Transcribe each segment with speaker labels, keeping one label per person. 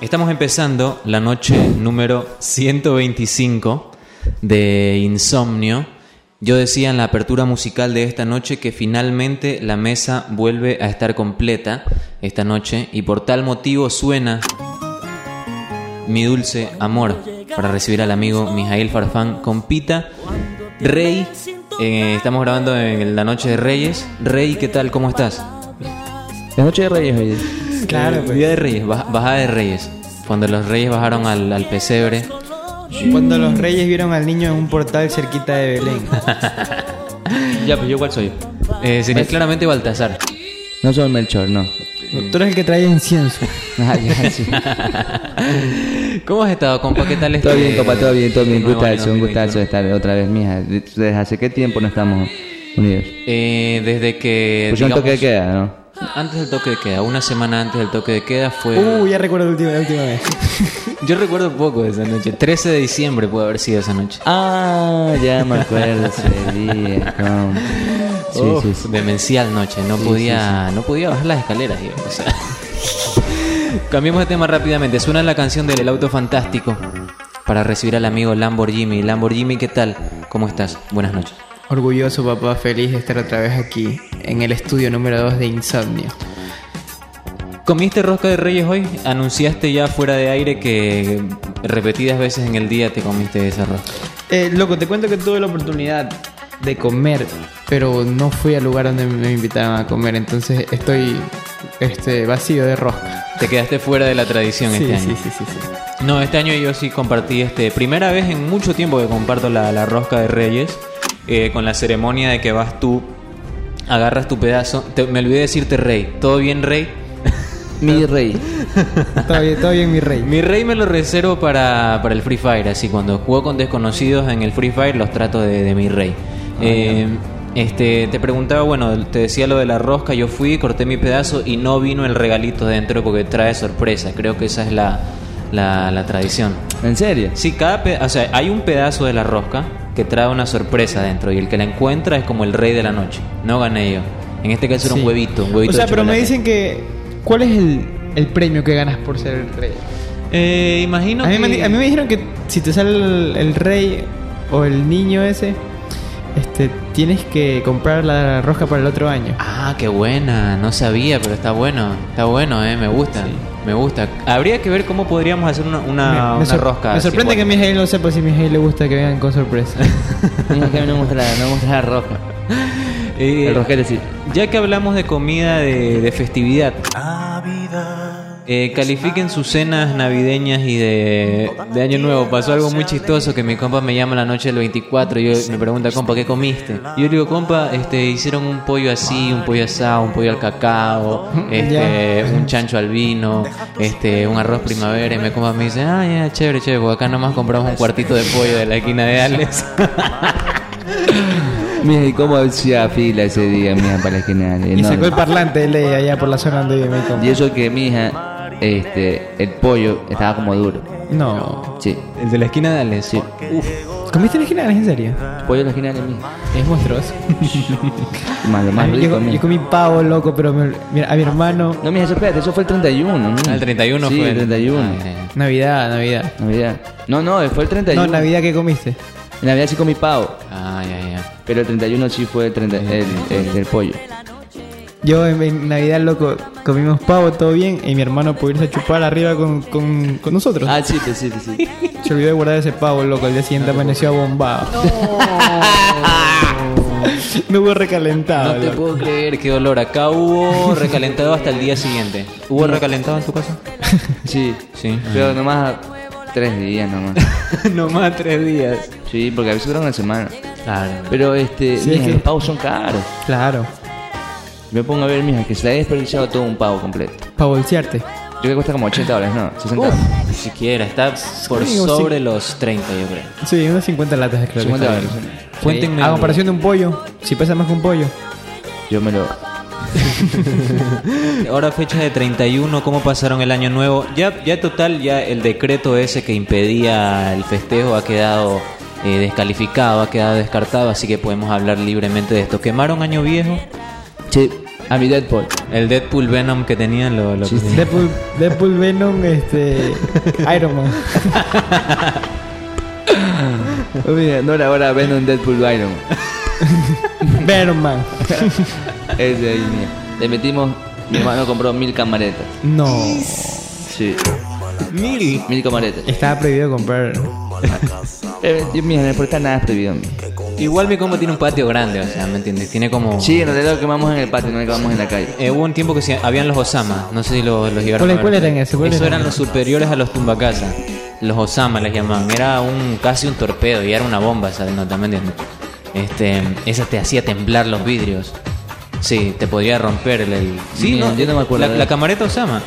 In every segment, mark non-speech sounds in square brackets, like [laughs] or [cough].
Speaker 1: Estamos empezando la noche número 125 de Insomnio. Yo decía en la apertura musical de esta noche que finalmente la mesa vuelve a estar completa esta noche y por tal motivo suena Mi dulce amor para recibir al amigo Mijael Farfán con Pita Rey. eh, estamos grabando en la noche de Reyes. Rey, ¿qué tal? ¿Cómo estás?
Speaker 2: La noche de Reyes, oye.
Speaker 1: Claro, Eh, Día de Reyes, baj- bajada de Reyes. Cuando los Reyes bajaron al, al pesebre.
Speaker 3: Cuando los reyes vieron al niño en un portal cerquita
Speaker 1: [laughs]
Speaker 3: de Belén.
Speaker 2: Ya, pues yo cuál soy. Pues,
Speaker 1: Eh, sería claramente Baltasar.
Speaker 2: No soy Melchor, no. [laughs]
Speaker 3: Tú eres el que trae incienso.
Speaker 2: Ah, ya, sí.
Speaker 1: ¿Cómo has estado, compa? ¿Qué tal este-
Speaker 2: Todo bien, compa, todo bien, todo bien.
Speaker 1: este nuevo
Speaker 2: Gustazo,
Speaker 1: año
Speaker 2: un gustazo
Speaker 1: 2021?
Speaker 2: estar otra vez, mija. Desde hace qué tiempo no estamos unidos.
Speaker 1: Eh, desde que.
Speaker 2: Pues yo
Speaker 1: digamos,
Speaker 2: toque de queda, ¿no?
Speaker 1: Antes del toque de queda, una semana antes del toque de queda fue.
Speaker 3: Uh, ya recuerdo la última, la última vez.
Speaker 1: Yo recuerdo poco de esa noche. 13 de diciembre puede haber sido esa noche.
Speaker 2: Ah, ya me acuerdo ese día, compa. Sí,
Speaker 1: Uf,
Speaker 2: sí, sí.
Speaker 1: Demencial noche, no podía, no podía bajar las escaleras, yo, o sea. [laughs] Cambiemos de tema rápidamente. Suena la canción del El Auto Fantástico para recibir al amigo Lamborghini. Lamborghini, ¿qué tal? ¿Cómo estás? Buenas noches.
Speaker 3: Orgulloso, papá, feliz de estar otra vez aquí, en el estudio número 2 de Insomnio.
Speaker 1: ¿Comiste rosca de reyes hoy? Anunciaste ya fuera de aire que repetidas veces en el día te comiste esa rosca.
Speaker 3: Eh, loco, te cuento que tuve la oportunidad de comer, pero no fui al lugar donde me invitaban a comer, entonces estoy este, vacío de rosca.
Speaker 1: Te quedaste fuera de la tradición
Speaker 3: Sí,
Speaker 1: este año.
Speaker 3: sí, sí, sí, sí.
Speaker 1: No, este año yo sí compartí, este, primera vez en mucho tiempo que comparto la, la rosca de Reyes, eh, con la ceremonia de que vas tú, agarras tu pedazo, Te- me olvidé decirte rey, ¿todo bien rey?
Speaker 2: Mi rey.
Speaker 3: Todo bien, todo bien, mi rey.
Speaker 1: Mi rey me lo reservo para, para el Free Fire, así cuando juego con desconocidos en el Free Fire los trato de, de mi rey. Eh, este, te preguntaba, bueno, te decía lo de la rosca, yo fui, corté mi pedazo y no vino el regalito dentro porque trae sorpresa, creo que esa es la, la, la tradición.
Speaker 2: ¿En serio?
Speaker 1: Sí, cada pe- o sea, hay un pedazo de la rosca que trae una sorpresa dentro y el que la encuentra es como el rey de la noche. No gané yo. En este caso era
Speaker 3: Sí.
Speaker 1: un huevito, un huevito.
Speaker 3: O sea,
Speaker 1: de
Speaker 3: pero me
Speaker 1: chocolate.
Speaker 3: dicen que... ¿Cuál es el, el premio que ganas por ser el rey?
Speaker 1: Eh, imagino
Speaker 3: a, mí me,
Speaker 1: que-
Speaker 3: di- a mí me dijeron que si te sale el, el rey o el niño ese, este, tienes que comprar la rosca para el otro año.
Speaker 1: Ah, qué buena. No sabía, pero está bueno. Está bueno, eh. Me gusta. Me gusta. Habría que ver cómo podríamos hacer una, una,
Speaker 3: me, me
Speaker 1: una
Speaker 3: sor-
Speaker 1: rosca.
Speaker 3: Me sorprende que
Speaker 1: simbólica.
Speaker 3: Mijail no sepa si a Mijail le gusta que vengan con sorpresa. [laughs]
Speaker 2: Mija, que a mí no me gusta la, no me gusta la roja.
Speaker 1: Eh,
Speaker 2: El rosquete sí.
Speaker 1: Ya que hablamos de comida de, de festividad, eh, califiquen sus cenas navideñas y de, de Año Nuevo. Pasó algo muy chistoso que mi compa me llama la noche del 24 y yo- me pregunta, compa, ¿qué comiste? Y yo le digo, compa, este, hicieron un pollo así, un pollo asado, un pollo al cacao, este, un chancho al vino, este, un arroz primavera. Y mi compa me dice, ah, ya, chévere, chévere, porque acá nomás compramos un cuartito de pollo de la esquina de Alex.
Speaker 2: Mija, ¿y cómo hacía fila ese día, mija, para la esquina?
Speaker 3: y
Speaker 2: No,
Speaker 3: sacó el parlante de ley allá por la zona donde vive mi
Speaker 2: Y
Speaker 3: compa.
Speaker 2: eso que mi hija, este, el pollo estaba como duro.
Speaker 3: No.
Speaker 2: Sí.
Speaker 1: El de la esquina de Alex, sí.
Speaker 3: ¿Comiste originales en serio?
Speaker 2: Pollo en la esquina de mi hija.
Speaker 3: Es monstruoso. [laughs]
Speaker 2: Más, lo más
Speaker 3: yo,
Speaker 2: rico,
Speaker 3: yo
Speaker 2: mija.
Speaker 3: comí pavo, loco, pero me- mira, a mi hermano...
Speaker 2: No, mija, eso espérate, eso fue el 31. mija.
Speaker 1: Ah, el 31
Speaker 2: sí,
Speaker 1: fue.
Speaker 2: el 31.
Speaker 1: Ah, ya, ya.
Speaker 3: Navidad, Navidad.
Speaker 2: Navidad. No, no, fue el
Speaker 3: No,
Speaker 2: 31.
Speaker 3: Navidad, ¿qué comiste?
Speaker 2: En Navidad sí comí pavo,
Speaker 1: Ah, ya, ya.
Speaker 2: pero el 31 sí fue el, 30 el, el- el pollo.
Speaker 3: Yo en, en Navidad, loco, comimos pavo, todo bien, y mi hermano pudo irse a chupar arriba con, con- con nosotros.
Speaker 2: Ah, sí, pues sí, pues sí.
Speaker 3: Se olvidó de guardar ese pavo, loco, el día siguiente amaneció abombado. [laughs] Me hubo recalentado,
Speaker 1: No te
Speaker 3: loco.
Speaker 1: puedo creer, qué dolor. Acá [laughs] hubo recalentado hasta el día siguiente. ¿Hubo recalentado en tu casa?
Speaker 2: Sí,
Speaker 1: Sí.
Speaker 2: pero nomás tres días nomás.
Speaker 1: [laughs] Nomás tres días.
Speaker 2: Sí, porque a veces duran una semana.
Speaker 1: Claro.
Speaker 2: Pero este,
Speaker 3: Sí, es
Speaker 2: mija,
Speaker 3: que-
Speaker 2: los pavos son caros.
Speaker 3: Claro,
Speaker 2: Me pongo a ver, mija, que se ha desperdiciado todo un pavo completo.
Speaker 3: para bolsearte.
Speaker 2: Yo creo que cuesta como 80 dólares, ¿no? 60
Speaker 1: Uf,
Speaker 2: dólares.
Speaker 1: ni siquiera, está por
Speaker 3: Amigo,
Speaker 1: sobre los 30, yo creo. Ah,
Speaker 3: Sí, unas 50 latas de claro.
Speaker 2: 50 dólares.
Speaker 1: Cuéntenme.
Speaker 3: A comparación de un pollo, si pesa más que un pollo.
Speaker 2: Yo me lo.
Speaker 1: Ahora fecha de 31, ¿cómo pasaron el año nuevo? Ya, ya total, ya el decreto ese que impedía el festejo ha quedado eh, descalificado, ha quedado descartado, así que podemos hablar libremente de esto. ¿Quemaron año viejo?
Speaker 2: Sí, A mi Deadpool.
Speaker 1: El Deadpool Venom que tenían lo, lo
Speaker 2: Chiste.
Speaker 3: Deadpool, Deadpool,
Speaker 1: [laughs]
Speaker 3: Venom, este. Iron Man.
Speaker 2: Oh, mira, no era ahora ven un Deadpool Iron.
Speaker 3: Venom Man.
Speaker 2: Es de ahí, mira. Le metimos, mi hermano compró mil camaretas.
Speaker 3: No.
Speaker 2: Sí,
Speaker 1: Mil.
Speaker 2: mil camaretas.
Speaker 3: Estaba prohibido comprar.
Speaker 2: Eh, Dios mío, no me importa nada prohibido. mira.
Speaker 1: Igual mi compa tiene un patio grande, o sea, ¿me entiendes? Tiene como...
Speaker 2: Sí, en realidad lo quemamos en el patio, no lo quemamos en la calle.
Speaker 1: Eh, hubo un tiempo que se- habían los Osama, no sé si los, los llegaron
Speaker 3: ¿Cuál-
Speaker 1: a ver.
Speaker 3: cuál eran esos? ¿Cuál
Speaker 1: Esos
Speaker 3: eran?
Speaker 1: eran los superiores a los tumbacasas. Los Osama les llamaban. Era un casi un torpedo y era una bomba esa nota, ¿me entiendes? Este, esa te hacía temblar los vidrios. Sí, te podría romper el... el- sí,
Speaker 2: Bien, yo no me acuerdo
Speaker 1: La,
Speaker 2: de
Speaker 1: la
Speaker 2: eso.
Speaker 1: camareta Osama.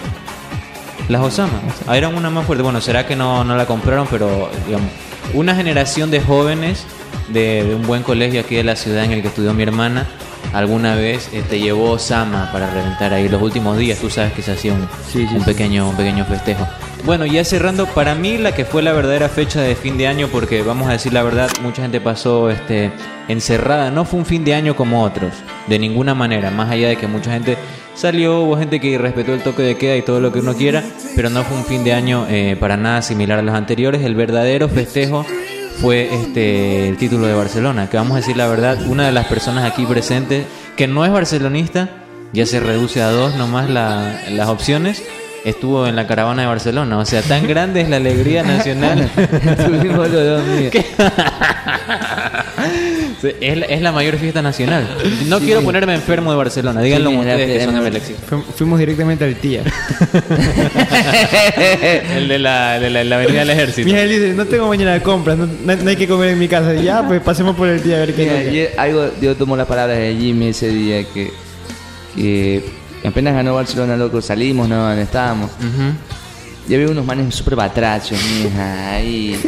Speaker 1: Las Osama. Ah, eran una más fuerte. Bueno, será que no, no la compraron, pero digamos, una generación de jóvenes de, de un buen colegio aquí de la ciudad en el que estudió mi hermana, alguna vez este, llevó Osama para reventar ahí los últimos días. Tú sabes que se hacía un,
Speaker 2: Sí, sí,
Speaker 1: un
Speaker 2: sí.
Speaker 1: pequeño, un pequeño festejo. Bueno, ya cerrando, para mí la que fue la verdadera fecha de fin de año, porque vamos a decir la verdad, mucha gente pasó este, encerrada. No fue un fin de año como otros, de ninguna manera, más allá de que mucha gente salió, hubo gente que respetó el toque de queda y todo lo que uno quiera, pero no fue un fin de año eh, para nada similar a los anteriores. El verdadero festejo fue este el título de Barcelona, que vamos a decir la verdad, una de las personas aquí presentes que no es barcelonista, ya se reduce a dos nomás la- las opciones, estuvo en la caravana de Barcelona, o sea, tan grande es la alegría
Speaker 2: [laughs]
Speaker 1: nacional.
Speaker 2: Tuvimos los dos, mira.
Speaker 1: Sí, es, la, es la mayor fiesta nacional. No quiero ponerme enfermo de Barcelona, díganlo
Speaker 2: Sí,
Speaker 1: ustedes
Speaker 2: la-
Speaker 1: que son de Melexi.
Speaker 3: Fu- Fuimos directamente
Speaker 1: [laughs]
Speaker 3: al tía.
Speaker 1: El de la, el de la, la avenida del ejército.
Speaker 3: Mi hija dice: No tengo mañana de compras, no, no- no hay que comer en mi casa. Y Ya, pues pasemos por el tía a ver
Speaker 2: [laughs]
Speaker 3: qué
Speaker 2: Mira,
Speaker 3: hay.
Speaker 2: ayer algo, Dios tomó las palabras de Jimmy ese día que, que apenas ganó Barcelona, loco, salimos, no, no estábamos.
Speaker 3: este,
Speaker 1: Ujú.
Speaker 2: Y había unos manes súper batrachos, mija, ahí.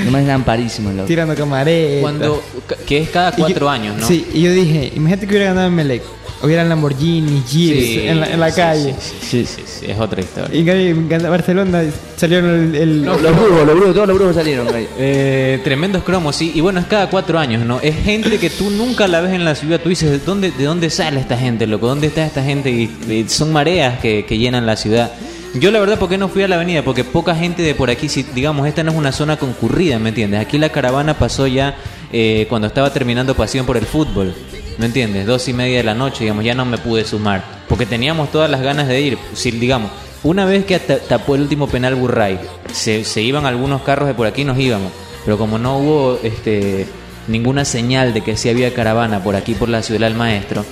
Speaker 2: Unos manes lamparísimos, loco.
Speaker 3: Tirando camaretas.
Speaker 1: Cuando, que es cada
Speaker 3: Y yo-
Speaker 1: cuatro años, ¿no?
Speaker 3: Sí, y yo dije: Imagínate que hubiera ganado en Melec. Hubieran Lamborghini, Jeeps
Speaker 1: Sí,
Speaker 3: en la, en la
Speaker 1: sí,
Speaker 3: calle.
Speaker 1: sí, sí, sí, sí, es otra historia.
Speaker 3: Y en cambio, en Gal- Barcelona salieron el. el-
Speaker 2: Los brujos, los brujos, todos los brujos salieron. ahí.
Speaker 1: Eh, tremendos cromos, sí. Y bueno, es cada cuatro años, ¿no? Es gente que tú nunca la ves en la ciudad. Tú dices, ¿de dónde, de dónde sale esta gente, loco? ¿Dónde está esta gente? Y, y son mareas que, que llenan la ciudad. Yo la verdad, ¿por qué no fui a la avenida? Porque poca gente de por aquí, si, digamos, esta no es una zona concurrida, ¿me entiendes? Aquí la caravana pasó ya eh, cuando estaba terminando Pasión por el Fútbol, ¿me entiendes? Dos y media de la noche, digamos, ya no me pude sumar. Porque teníamos todas las ganas de ir. Si, digamos, una vez que ta- tapó el último penal Burray, se, se iban algunos carros de por aquí, nos íbamos. Pero como no hubo este, ninguna señal de que sí había caravana por aquí, por la ciudad del maestro,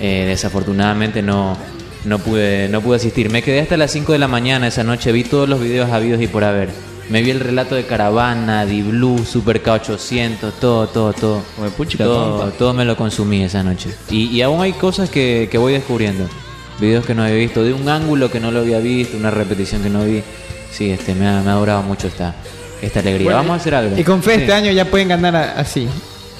Speaker 1: eh, desafortunadamente no, no, pude, no pude asistir. Me quedé hasta las 5 de la mañana esa noche, vi todos los videos habidos y por haber. Me vi el relato de Caravana, Diblu, Super K800, todo, todo, todo.
Speaker 2: Como puchica,
Speaker 1: todo,
Speaker 2: compa.
Speaker 1: todo me lo consumí esa noche. Y, y aún hay cosas que, que voy descubriendo. Videos que no había visto, de un ángulo que no lo había visto, una repetición que no vi. Sí, este, me ha, me ha durado mucho esta, esta alegría.
Speaker 3: Bueno,
Speaker 1: Vamos a hacer algo.
Speaker 3: Y con fe
Speaker 1: Sí.
Speaker 3: este año ya pueden ganar a- así,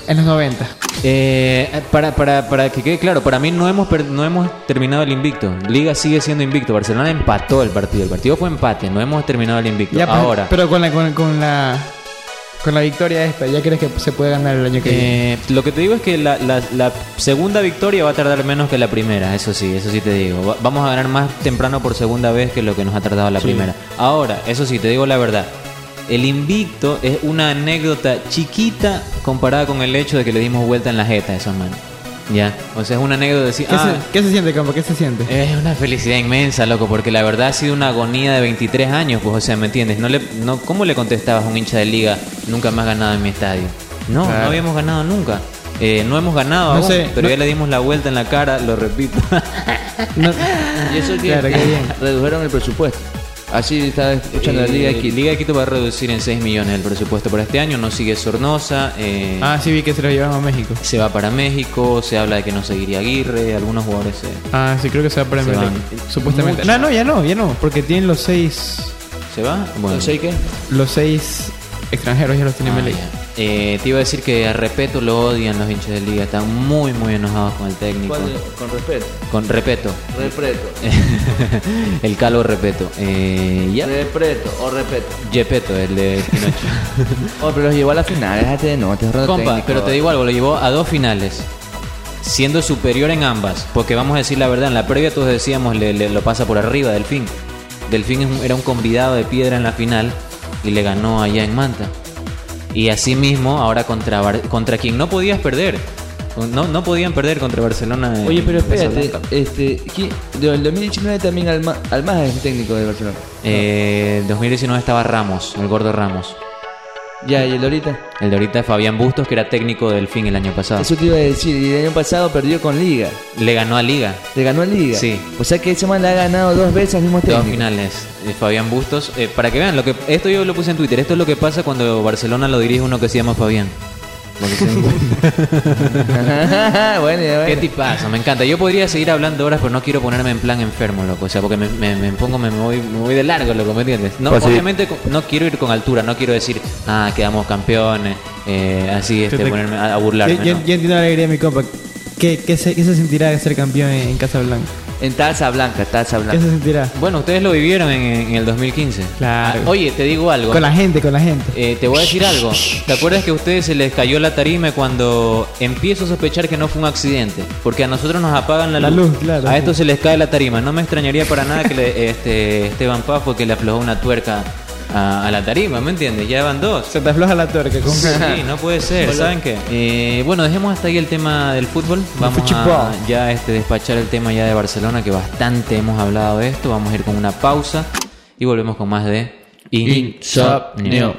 Speaker 3: en los 90.
Speaker 1: Eh, para, para, para que quede claro, para mí no hemos, per- no hemos terminado el invicto. Liga sigue siendo invicto. Barcelona empató el partido. El partido fue empate. No hemos terminado el invicto.
Speaker 3: Ya, pues,
Speaker 1: Ahora,
Speaker 3: Pero con la, con, con la con la victoria esta, ¿ya crees que se puede ganar el año que viene?
Speaker 1: eh, lo que te digo es que la, la- la segunda victoria va a tardar menos que la primera. Eso sí, eso sí te digo. Va- vamos a ganar más temprano por segunda vez que lo que nos ha tardado la primera. Ahora, eso sí, te digo la verdad. El invicto es una anécdota chiquita comparada con el hecho de que le dimos vuelta en la jeta a esos manos. Ya, o sea, es una anécdota de decir,
Speaker 3: ¿Qué,
Speaker 1: ah, Eh,
Speaker 3: se, qué se siente, Campo? ¿Qué se siente?
Speaker 1: Es una felicidad inmensa, loco, porque la verdad ha sido una agonía de 23 años, pues, o sea, ¿me entiendes? No le, no, ¿Cómo le contestabas a un hincha de liga, nunca más ganado en mi estadio? No,
Speaker 3: Claro.
Speaker 1: no habíamos ganado nunca. Eh, no hemos ganado
Speaker 3: No
Speaker 1: aún,
Speaker 3: sé,
Speaker 1: pero
Speaker 3: no-
Speaker 1: ya le dimos la vuelta en la cara, lo repito.
Speaker 3: No-
Speaker 2: Y eso que
Speaker 3: Claro, qué bien.
Speaker 2: [laughs] redujeron el presupuesto. Así estaba escuchando la Liga
Speaker 1: Eh,
Speaker 2: X.
Speaker 1: Liga de Quito va a reducir en 6 millones el presupuesto para este año, no sigue Sornosa, eh,
Speaker 3: ah, sí, vi que se lo llevaron a México.
Speaker 1: se va para México, se habla de que no seguiría Aguirre, algunos jugadores... se-
Speaker 3: Ah, sí, creo que se va para el
Speaker 1: Se
Speaker 3: Melec,
Speaker 1: van.
Speaker 3: Supuestamente.
Speaker 1: Mucho.
Speaker 3: No, no, ya no, ya no. Porque tienen los seis.
Speaker 1: ¿Se va? Bueno,
Speaker 2: No sé qué.
Speaker 3: Los seis extranjeros ya los tiene
Speaker 1: Ah,
Speaker 3: Melec.
Speaker 1: ya. Eh, te iba a decir que a Repeto lo odian los hinchas de liga, están muy muy enojados con el técnico.
Speaker 2: ¿Cuál de- Con respeto.
Speaker 1: Con Repeto. [laughs]
Speaker 2: Repreto.
Speaker 1: el calvo Repeto. Eh, ya.
Speaker 2: Repreto o respeto.
Speaker 1: Yepeto, el de Pinocho.
Speaker 2: Oh, pero los llevó a la final, déjate de no, te
Speaker 1: Compa, pero te digo algo, lo llevó a dos finales. siendo superior en ambas. Porque vamos a decir la verdad, en la previa todos decíamos le, le- lo pasa por arriba Delfín. Delfín es un- era un convidado de piedra en la final y le ganó allá en Manta. Y asimismo, ahora contra, Bar- contra quien no podías perder. No, no podían perder contra Barcelona. en
Speaker 2: Oye, pero espérate,
Speaker 1: Casablanca.
Speaker 2: este, ¿quién- de- el 2019 también Alma- Almada es el técnico de Barcelona.
Speaker 1: Eh, 2019 estaba Ramos, el gordo Ramos.
Speaker 2: Ya, y el de ahorita.
Speaker 1: El de ahorita es Fabián Bustos, que era técnico de Delfín el año pasado.
Speaker 2: Eso te iba a decir, y el año pasado perdió con Liga.
Speaker 1: Le ganó a Liga.
Speaker 2: Le ganó a Liga.
Speaker 1: Sí.
Speaker 2: O sea que ese man le ha ganado dos veces al mismo técnico.
Speaker 1: Dos finales. Eh, Fabián Bustos. Eh, para que vean, lo que esto yo lo puse en Twitter. Esto es lo que pasa cuando Barcelona lo dirige uno que se llama Fabián. Lo que
Speaker 4: [laughs]
Speaker 1: se-
Speaker 2: [laughs] bueno, ya
Speaker 1: Qué
Speaker 2: bueno.
Speaker 1: tipazo, me encanta. Yo podría seguir hablando horas, pero no quiero ponerme en plan enfermo, loco. O sea, porque me, me- me pongo, me, me voy, me voy de largo, loco, ¿me entiendes? No,
Speaker 2: Pues sí.
Speaker 1: obviamente co- no quiero ir con altura, no quiero decir, ah, quedamos campeones, eh, así, este,
Speaker 4: Yo te-
Speaker 1: ponerme a, a burlarme.
Speaker 4: Yo, yo-
Speaker 1: no.
Speaker 4: yo entiendo la alegría de mi compa. ¿Qué, qué se, qué se sentirá ser campeón en, en Casablanca?
Speaker 2: En taza blanca, taza
Speaker 4: ¿Qué
Speaker 2: blanca.
Speaker 4: se sentirá?
Speaker 1: Bueno, ustedes lo vivieron en, en el 2015.
Speaker 4: Claro.
Speaker 1: Ah, oye, te digo algo.
Speaker 4: Con la gente, con la gente.
Speaker 1: Eh, te voy a decir algo. ¿Te acuerdas que a ustedes se les cayó la tarima cuando empiezo a sospechar que no fue un accidente? Porque a nosotros nos apagan la,
Speaker 4: La luz, claro.
Speaker 1: A estos se les cae la tarima. No me extrañaría para nada que le- este, Esteban Pafo que le aflojó una tuerca a, a la tarima, ¿me entiendes? Ya van dos.
Speaker 4: Se te afloja la tuerca.
Speaker 1: [laughs]
Speaker 4: Con...
Speaker 1: Sí, no puede ser, ¿saben qué? Eh, bueno, dejemos hasta ahí el tema del fútbol. Vamos a
Speaker 4: Fuchipó.
Speaker 1: ya este, despachar el tema ya de Barcelona, que bastante hemos hablado de esto. Vamos a ir con una pausa y volvemos con más de
Speaker 2: Insomnio.